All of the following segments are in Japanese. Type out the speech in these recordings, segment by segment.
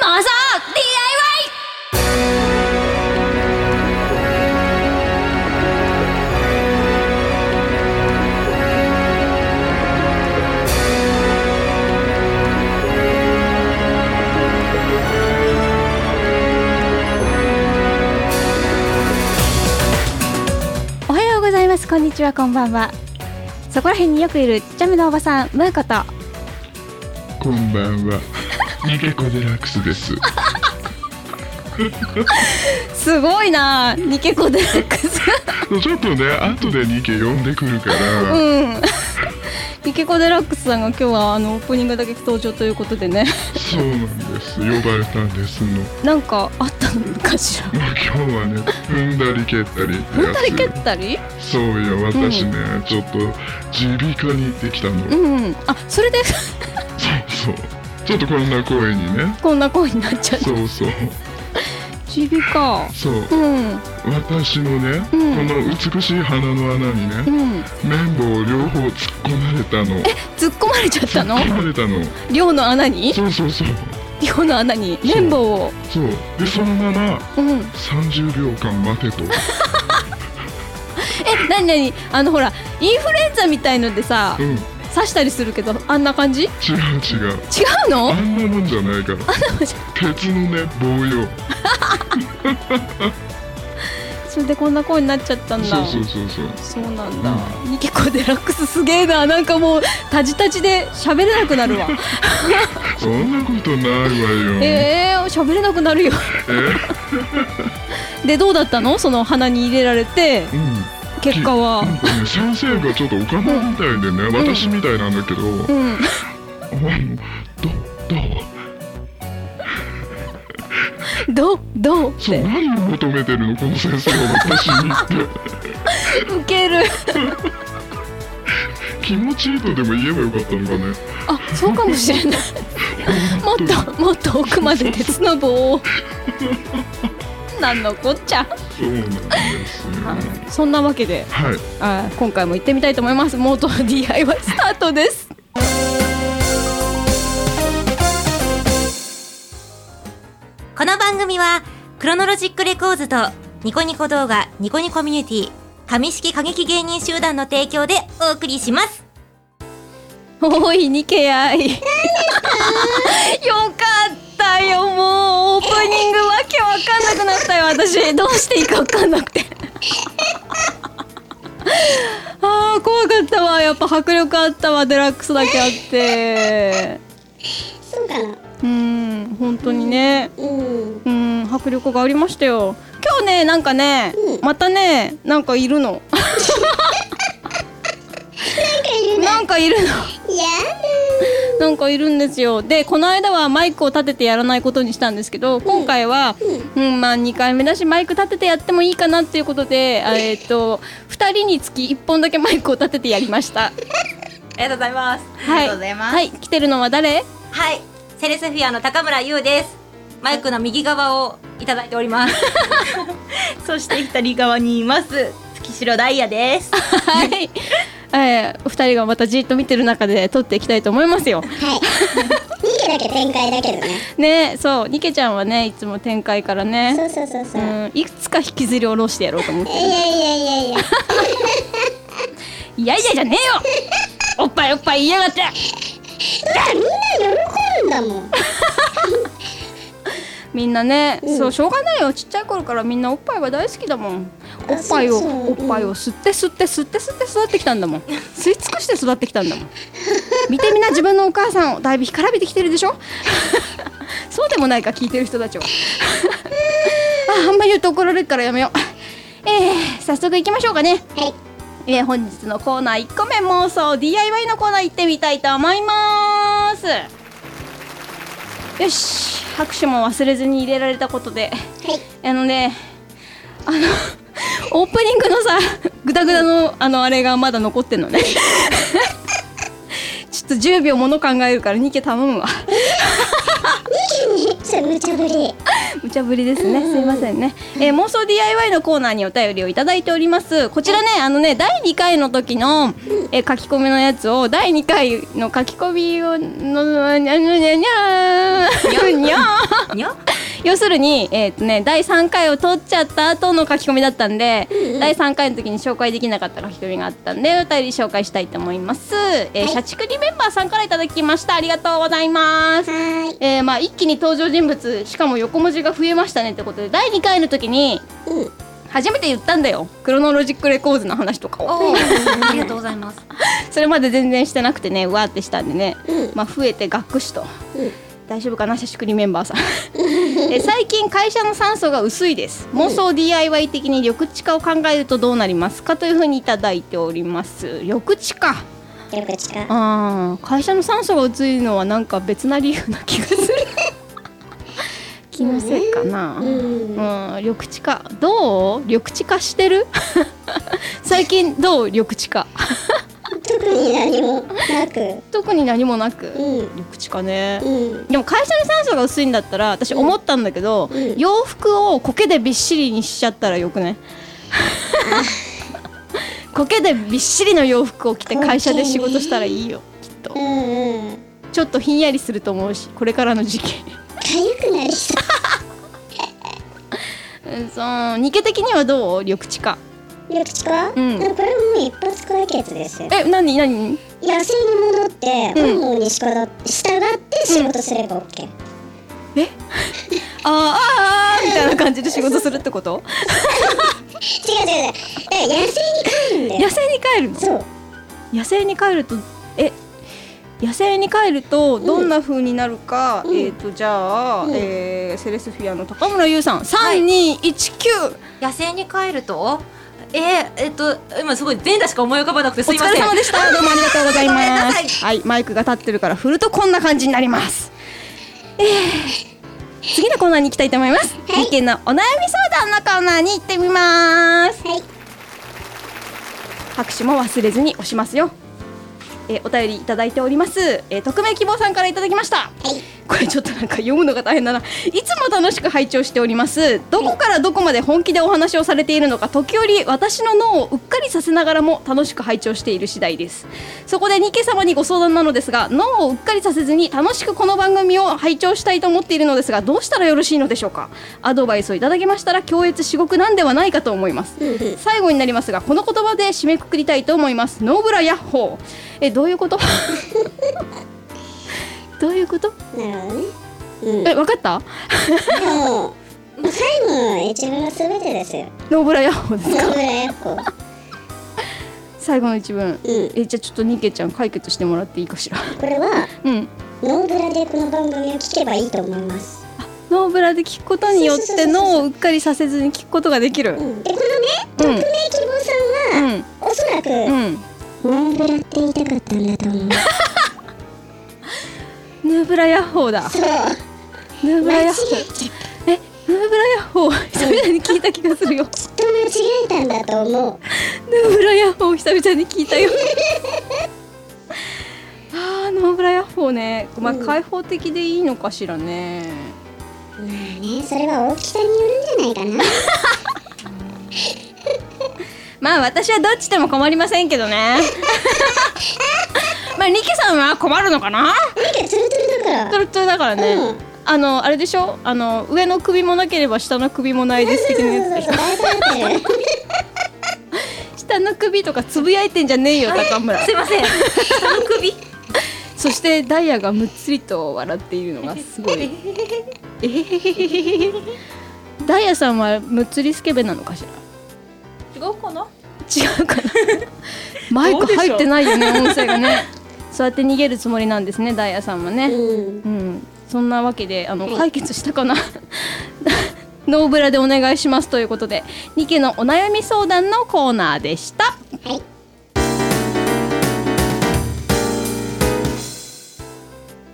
マサ DIY! おはようございますこんにちはこんばんはそこら辺によくいるちっちゃめのおばさんムーコとこんばんは。逃げ子デラックスです。すごいなニケコデラックスちょっとね、後でニケ呼んでくるから、うん ニケコデラックスさんが今日はあのオープニングだけ登場ということでね そうなんです。呼ばれたんですの。なんかあったのかしらまあ今日はね、踏んだり蹴ったりって踏んやだり蹴っつ。たりそうよ、私ね、ちょっと耳鼻科に行ってきたの。うんあそれで そうそう。ちょっとこんな声にね。こんな声になっちゃうそうそう。耳鼻かそうう。んうん私のね、うんこの美しい鼻の穴にね、綿棒を両方突っ込まれたの。突っ込まれちゃった の突っ込まれたの。寮の穴にそうそうそう。寮の穴に綿棒をそう。で、そのまま、うん30秒間待て とえなになにあのほらインフルエンザみたいのでさうん違う刺したりするけどあんな感じ違違ううのあんなもんじゃないから鉄のね棒よ それでこんな声になっちゃったんだそうそうそうそうそうなんだ、ニケコデラックスすげえななんかもうタジタジで喋れなくなるわそんなことないわよえー、喋れなくなるよでどうだったのその鼻に入れられてうん結果はなんかね先生がちょっとおかまみたいでね、私みたいなんだけど、あうんのどどどううどうっそうて何を求めてるのこの先生が私にってウケる気持ちいいとでも言えばよかったのかねあそうかもしれないもっともっと奥まで鉄の棒をなんのこっちゃそうなんですよそんなわけではいあー今回も行ってみたいと思いますモート DIY スタートですこの番組は、クロノロジックレコーズと、ニコニコ動画、ニコニコミュニティ、紙式過激芸人集団の提供でお送りします。おいニケアイよかったよもうオープニングわけわかんなくなったよ私どうしていいかわかんなくてあー怖かったわやっぱ迫力あったわデラックスだけあってそうかな。うん本当にねうん。うん迫力がありましたよ今日ねなんかね、うんまたねなんかいる のなんかいなんかいるるな。のやなんかいるんですよでこの間はマイクを立ててやらないことにしたんですけど今回は、うんまあ、2回目だしマイク立ててやってもいいかなっていうことで、あえっと2人につき1本だけマイクを立ててやりました。ありがとうございます。はい、はい、来てるのは誰はい。セレスフィアの高村優です。マイクの右側をいただいており ます。そして左側にいます月城ダイ ヤです。はい、えー、お二人がまたじっと見てる中で撮っていきたいと思いますよ。ーはい。逃げだけ展開だけどね。ねそうニケちゃんはねいつも展開からねそうそうそうそうう。んいくつか引きずり下ろしてやろうと思っていやいやいやいや。 「いやいやじゃねえよおっぱいおっぱい言いやがって!」だってみんな喜ぶんだもん。みんなね、うんそうしょうがないよちっちゃい頃からみんなおっぱいが大好きだもんおっぱいをそうそううんおっぱいを吸って吸って吸って吸って育ってきたんだ もん吸い尽くして育ってきたんだもん見てみな自分のお母さんをだいぶ干からびてきてるでしょ そうでもないか聞いてる人た ちはああんま言うと怒られるからやめようえー、早速行きましょうかねはい。えー、本日のコーナー1個目妄想 DIY のコーナー行ってみたいと思いますよし拍手も忘れずに入れられたことではい。あのねあのオープニングのさグダグダのあのあれがまだ残ってんのね ちょっと10秒もの考えるからニケ頼むわ 逃げに。そそれ無茶ぶり無茶ぶりですね。すいませんね。えー妄想 DIY のコーナーにお便りをいただいております。こちらね、あのね、第2回の時の、えー書き込みのやつを、第2回の書き込みを、の、にゃにゃにゃにゃーにゃーにょ要するに、えーっとね、第3回を取っちゃった後の書き込みだったんで、第3回の時に紹介できなかった書き込みがあったんで、お便り紹介したいと思います。えーはい社畜リメンバーさんからいただきました。ありがとうございます。はーいえー、まあ一気に登場人物しかも横文字が増えましたねってことで第2回の時にうん初めて言ったんだよクロノロジックレコーズの話とかをおおありがとうございますそれまで全然してなくてねうわーってしたんでね、うんまあ増えてがっくしとうん大丈夫かな社畜リメンバーさん えー最近会社の酸素が薄いです妄想 DIY 的に緑地化を考えるとどうなりますかというふうにいただいております緑地化よく近あー会社の酸素が薄いのはなんか別な理由な気がする気のせいかな、ううんん、緑地化どう緑地化して る最近どう緑地化特に何もなく特に何もなく、うん緑地化ね、うんでも会社の酸素が薄いんだったら私思ったんだけど、うん洋服を苔でびっしりにしちゃったらよくね 苔でびっしりの洋服を着て会社で仕事したらいいよきっとうんうんちょっとひんやりすると思うしこれからの時期痒くなりそううんそうニケ的にはどう緑地化緑地か、うんでもこれもう一発解決ですよえ何何野生に戻ってうん本能に従って仕事すれば OK、 あーあーあーみたいな感じで仕事するってこと違う違う違うだから野生に帰るんだよ野生に帰るの野生そうに帰るとえ野生に帰るとどんな風になるか、うんえっ、とじゃあ、うんえーセレスフィアの高村優さんい3219、野生に帰るとえー、えっと今すごい全裸しか思い浮かばなくておすいま疲せんれ様でしたどうもありがとうございごめんなまさいすはいマイクが立ってるから振るとこんな感じになります、えー、次のコーナーに行きたいと思います、意見のお悩み相談のコーナーに行ってみますはい拍手も忘れずに押しますよ。えーお便りいただいております。えー匿名希望さんからいただきました。これちょっとなんか読むのが大変だな。いつも楽しく拝聴しております。どこからどこまで本気でお話をされているのか、時折私の脳をうっかりさせながらも楽しく拝聴している次第です。そこでニケ様にご相談なのですが、脳をうっかりさせずに楽しくこの番組を拝聴したいと思っているのですが、どうしたらよろしいのでしょうか。アドバイスをいただけましたら、強越至極なんではないかと思います。最後になりますがこの言葉で締めくくりたいと思いますノーブラヤッホーえどういうこと どういうことなるほどねうん、でえわかったも、まあ、最後は自分が全てですよ。ノーブラヤッホーです野村やっこ。最後の一文うん、えじゃあちょっとニケちゃん解決してもらっていいかしらこれはうんノーブラでこの番組を聞けばいいと思います。ノーブラで聞くことによって脳をうっかりさせずに聞くことができるうん、でこのね、匿名希望うさんは、んおそらく、うんノーブラって言いたかったんだと思う。ヌーブラヤッホーだそう、ヌーブラ間違ヤえッホーちゃった。えヌーブラヤッホー久々に聞いた気がする よきっと間違えたんだと思う。ノーブラヤッホー久々に聞いたよ。あーノーブラヤッホーね、まあ、うん開放的でいいのかしらね。まあね、それは大きさによるんじゃないかな。まあ私はどっちでも困りませんけど ね。まあリケさんは困るのかな？なんかツルツルだから。トルトルだからね。うんあのあれでしょ？あの上の首もなければ下の首もないです的なやつでしそうそうそう、バイバイってる。ょ。下の首とかつぶやいてんじゃねえよ高村。すいません下の首そしてダイヤがむっつりと笑っているのがすご い。えへへへへへダイヤさんはむっつりスケベなのかしら。違うかな違うかな。マイク入ってないよね、音声がね。そうやって逃げるつもりなんですね、ダイヤさんはね。うん、うん、そんなわけで、あの解決したかな。 ノーブラでお願いしますということで、ニケのお悩み相談のコーナーでした。はい。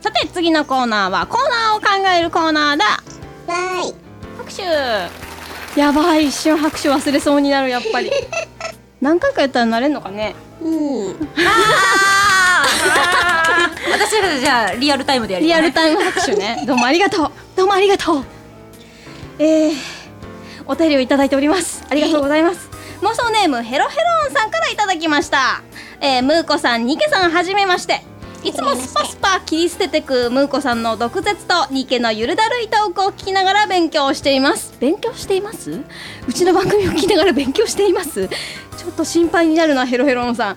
さて、次のコーナーはコーナーを考えるコーナーだ。バイ。拍手やばい一瞬拍手忘れそうになるやっぱり何回かやったら慣れんのかねうん。あー私らじゃあリアルタイムでやるリよアルタイム拍手 ね。どうもありがとう。どうもありがとう。えー、お便りをいただいております。ありがとうございます。妄想ネームヘロヘロンさんからいただきました。えー、ムーコさん、ニケさん、はじめまして。いつもスパスパ切り捨ててくムーコさんの毒舌とニケのゆるだるいトークを聞きながら勉強をしています。勉強していますうちの番組を聞きながら勉強していますちょっと心配になるな、ヘロヘロンさん。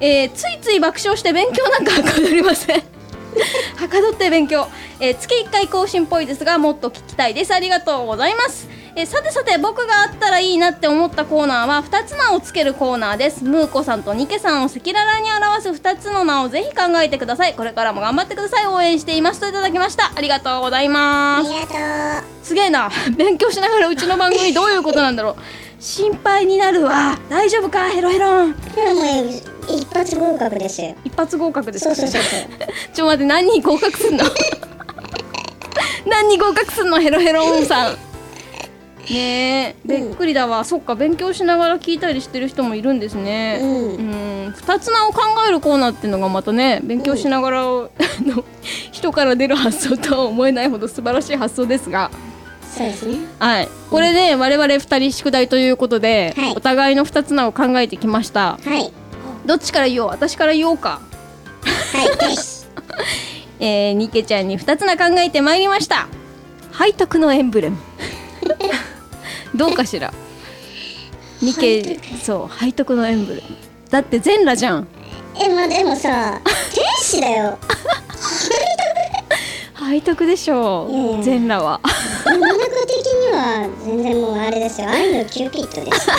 えー、ついつい爆笑して勉強なんかはかどりません。 はかどって勉強、えー月1回更新っぽいですがもっと聞きたいですありがとうございます、えーさてさて僕があったらいいなって思ったコーナーは2つ名をつけるコーナーですムーコさんとニケさんを赤裸々に表す2つの名をぜひ考えてくださいこれからも頑張ってください応援していますといただきましたありがとうございあまりすがとすげえな 勉強しながらうちの番組どういうことなんだろう心配になるわ大丈夫かヘロヘロンう。これはもう一発合格ですよ。一発合格ですそかうそうそうそう。ちょ待って何に合格すん の何に合格すんのヘロヘロおンさんねえびっくりだわ、そっか勉強しながら聞いたりしてる人もいるんですねうんん二つ名を考えるコーナーっていうのがまたね勉強しながら、あの 人から出る発想とは思えないほど素晴らしい発想ですがそうですね。はいこれで、我々二人宿題ということで、はいお互いの二つ名を考えてきましたはい。どっちから言おう私から言おうかはい、です。えー、ニケちゃんに2つな考えてまいりました背徳のエンブレム どうかしらニケそう背徳のエンブレムだって全裸じゃんえ、まあでもさ、天使だよ。背徳でしょいやいうや全裸は世の中的には全然もうあれですよ。愛のキューピッドですよ。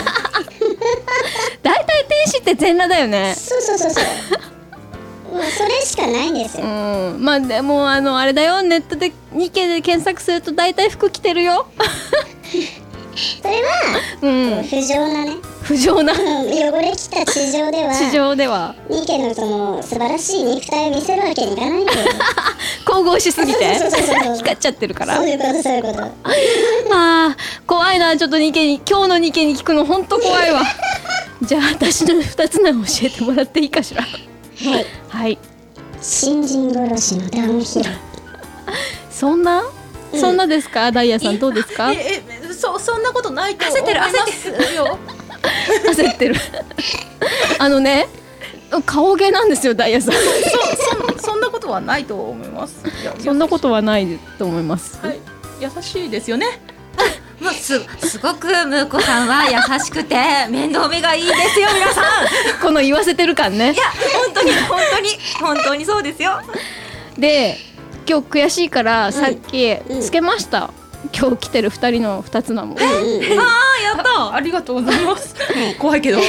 大体天使って全裸だよねそうそうそうそう。まあそれしかないんですうよ。んまあでもあのあれだよネットでニケで検索すると大体服着てるよ それは、うん不浄なね、不浄なうん、汚れきた地上では、地上ではニケ のその素晴らしい肉体を見せるわけにいかないんだよ。神々しすぎて そうそうそうそう光っちゃってるからそういうことそういうこと。あー怖いなちょっとニケに今日のニケに聞くのほんと怖 いわじゃあ私の二つ名を教えてもらっていいかしらはい。はい新人殺しのダウンヒル。そんな、そんなですかダイヤさんどうですか焦ええそそんなことないと思焦っているますよって るあのね顔芸なんですよダイ ヤさんそそそんなことはないと思いますいやそんなことはないと思います、はい優しいですよねもうすすごくムーコさんは優しくて面倒見がいいですよ皆さんこの言わせてる感ねいや本当に本当に本当にそうですよで今日悔しいからさっきんつけました、今日来てる二人の二つ名もあやったありがとうございます怖いけど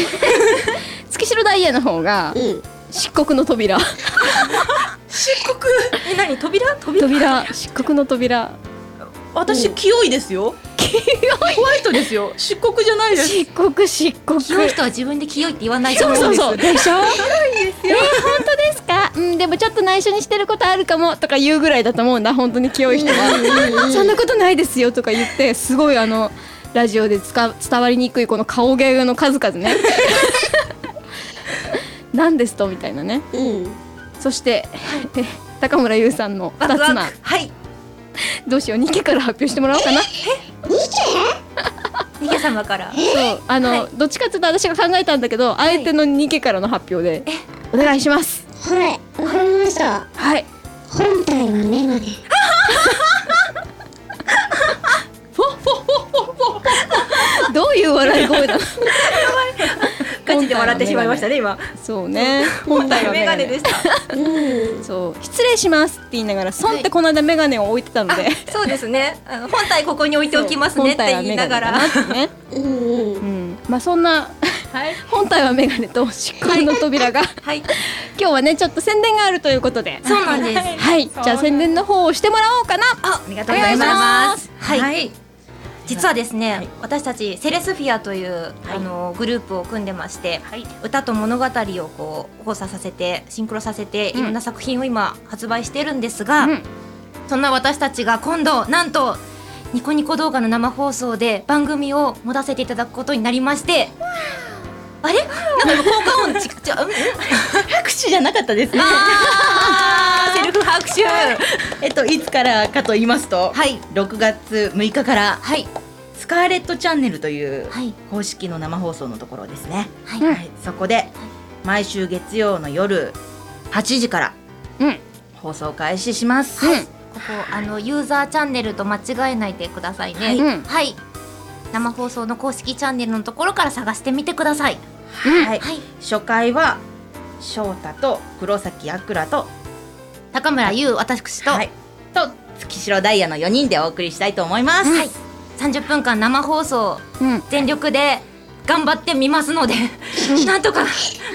月城ダイヤの方がうん。漆黒の扉漆黒え何扉扉扉漆黒の扉私清いですよ清いホワイトですよ漆黒じゃないです漆黒漆黒清い人は自分で清いって言わないとそ思ううそうそうそうでしょえー、本当ですかうんでもちょっと内緒にしてることあるかもとか言うぐらいだと思うんだ本当に清い人はそんなことないですよとか言ってすごいあのラジオでつか伝わりにくいこの顔芸の数々 ね何ですとみたいなねうん。そして、え高村優さんのワ二クつワクなはいどうしよう2家から発表してもらおうかなニケ様からそうあの、どっちかっていうと私が考えたんだけど、相手のニケからの発表でお願いしますはい。わかりました。はい本体はメガネ。どういう笑い声だガチで笑ってしまいましたね今そうね本体はメガネでしたうん。そう失礼しますって言いながら損ってこの間メガネを置いてたので、そうですねあの本体ここに置いておきますね本って体は言メいなガネがだらなってね、うんうんう。ん、まあそんなはい本体はメガネと漆黒の扉がはい今日はねちょっと宣伝があるということでそうなんですはいじゃあ宣伝の方をしてもらおうかなあ、ありがとうございます。はい実はですね、私たちセレスフィアという、あのグループを組んでまして、はい歌と物語をこう交差させてシンクロさせて、うんいろんな作品を今発売してるんですが、うんそんな私たちが今度なんとニコニコ動画の生放送で番組を持たせていただくことになりまして。あれなんか今効果音ちくちゃ、うん、拍手じゃなかったですねあルフ拍手はえっといつからかと言いますと、い6月6日からはいスカーレットチャンネルというはい公式の生放送のところですね。はい、うんはい、そこで毎週月曜の夜8時からうんうん放送開始します。ここあのユーザーチャンネルと間違えないでくださいねはいうんはい、生放送の公式チャンネルのところから探してみてくださいうんはい、はい初回は翔太と黒崎あくらと高村優私と、はいと月城ダイヤの4人でお送りしたいと思います。はい、30分間生放送うん全力で頑張ってみますのでなんとか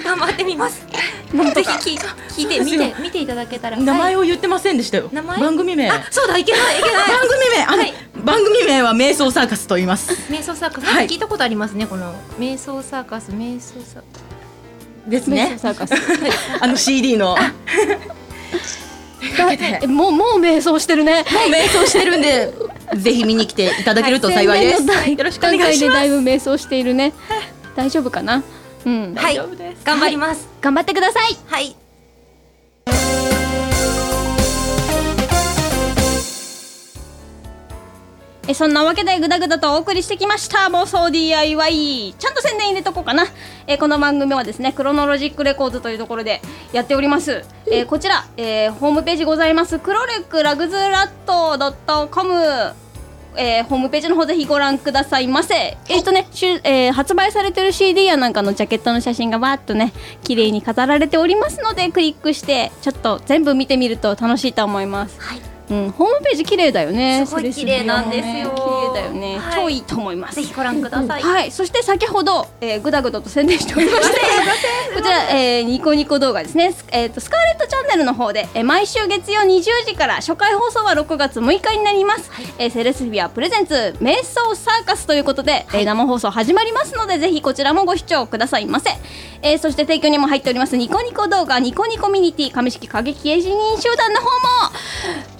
頑張ってみますぜひ聞い聞いて見て見ていただけたら名前を、を言ってませんでしたよ。名前番組名。はいあそうだいけないいけ ない番組名、あの、はい番組名は瞑想サーカスと言い ます。瞑想サーカス、はいなんか聞いたことありますねこの瞑想サーカス瞑想サーカで瞑想すね。サーカスあの CD の。もだえ もうもう瞑想してるねう瞑想してるんで、ぜひ見に来ていただけると幸いです。はいよろしくお願い段階しでまだす。いぶ瞑想しているね大丈夫かなうんはい大丈夫です頑張ります頑張ってくださいはいえそんなわけでぐだぐだとお送りしてきました妄想 DIY ちゃんと宣伝入れとこうかなえこの番組はですねクロノロジックレコードというところでやっております、えこちら、えーホームページございますクロレックラグズラット .com えーホームページの方ぜひご覧くださいませ、えっとね、しゅえー発売されてる CD やなんかのジャケットの写真がわーっとね綺麗に飾られておりますのでクリックしてちょっと全部見てみると楽しいと思いますはいうん、ホームページ綺麗だよね。すごいそれ綺麗なんですよね綺麗だよね、はい超いいと思います。ぜひご覧くだ さい、はい、そして先ほど、えー、ぐだぐだと宣伝しておりま して、 こちら、えー、ニコニコ動画ですね、スえー、とスカーレットチャンネルの方で、えー、毎週月曜20時から初回放送は6月6日になります、えーセレスフィアプレゼンツ瞑想サーカスということで、えー生放送始まりますのでぜひこちらもご視聴くださいませ、えーそして提供にも入っておりますニコニコ動画ニコニコミュニティ上式過激エイジ人集団の方も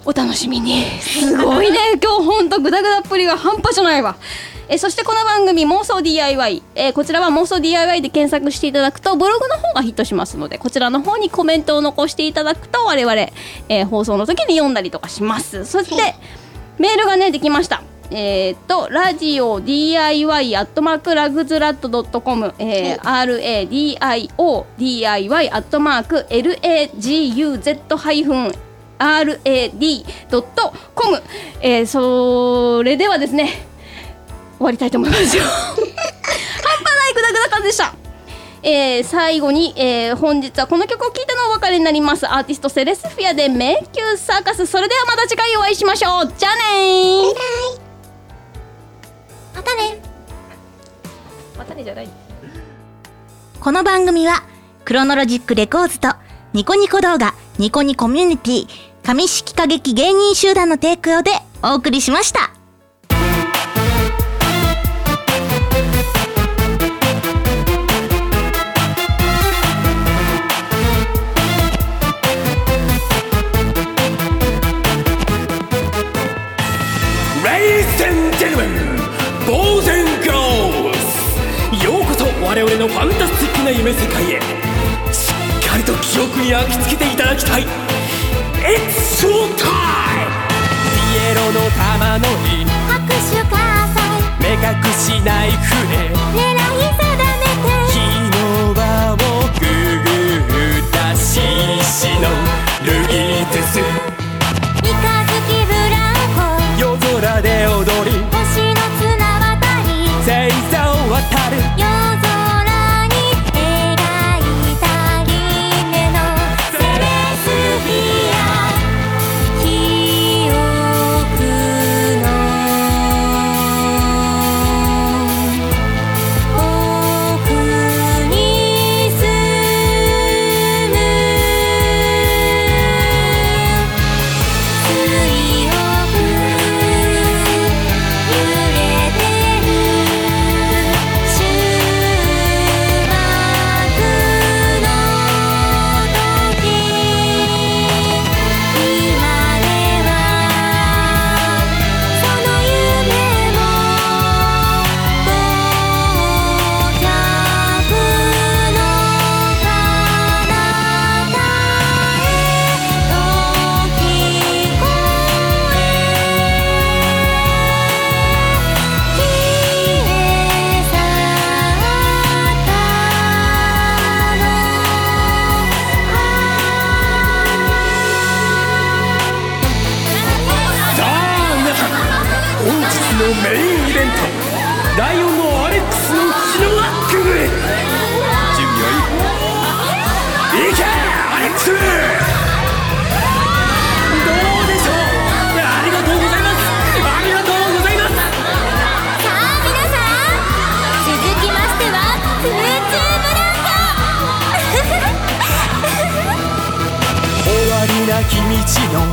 お楽しみにすごいね 今日ほんとグダグダっぷりが半端じゃないわえーそしてこの番組妄想 DIY、えーこちらは妄想 DIY で検索していただくとブログの方がヒットしますのでこちらの方にコメントを残していただくと我々、えー放送の時に読んだりとかしますそしてメールがねできましたえーっとラジオ DIY アットマークラグズラットドットコム RADIODIY アットマーク LAGUZ ハイフン rad.com、えー、それではですね終わりたいと思いますよ 半端ないグダグダ感でしたえー最後に、えー本日はこの曲を聴いてのお別れになりますアーティストセレスフィアで「迷宮サーカス」それではまた次回お会いしましょうじゃあねーまたねまたねじゃないこの番組はクロノロジックレコーズとニコニコ動画ニコニコミュニティ上式歌劇芸人集団の提供でお送りしました。 Ladies and gentlemen, boys and girls ようこそ我々のファンタスティックな夢世界へしっかりと記憶に焼き付けていただきたい It's show time! ピエロの玉のり拍手喝采目隠しナイフで狙い定めて火の輪をグーグーだししのルギーテス三日月ブラン夜空で踊りコ星の綱渡り星座を渡る夜空に描いた夢のセレスフィア記憶の奥に住むメインイベントライオンのアレックスの火の輪くぐれ準備はいいいけアレックスどうでしょうありがとうございますありがとうございますさあ皆さん続きましては空 中ブランコ終わりなき道の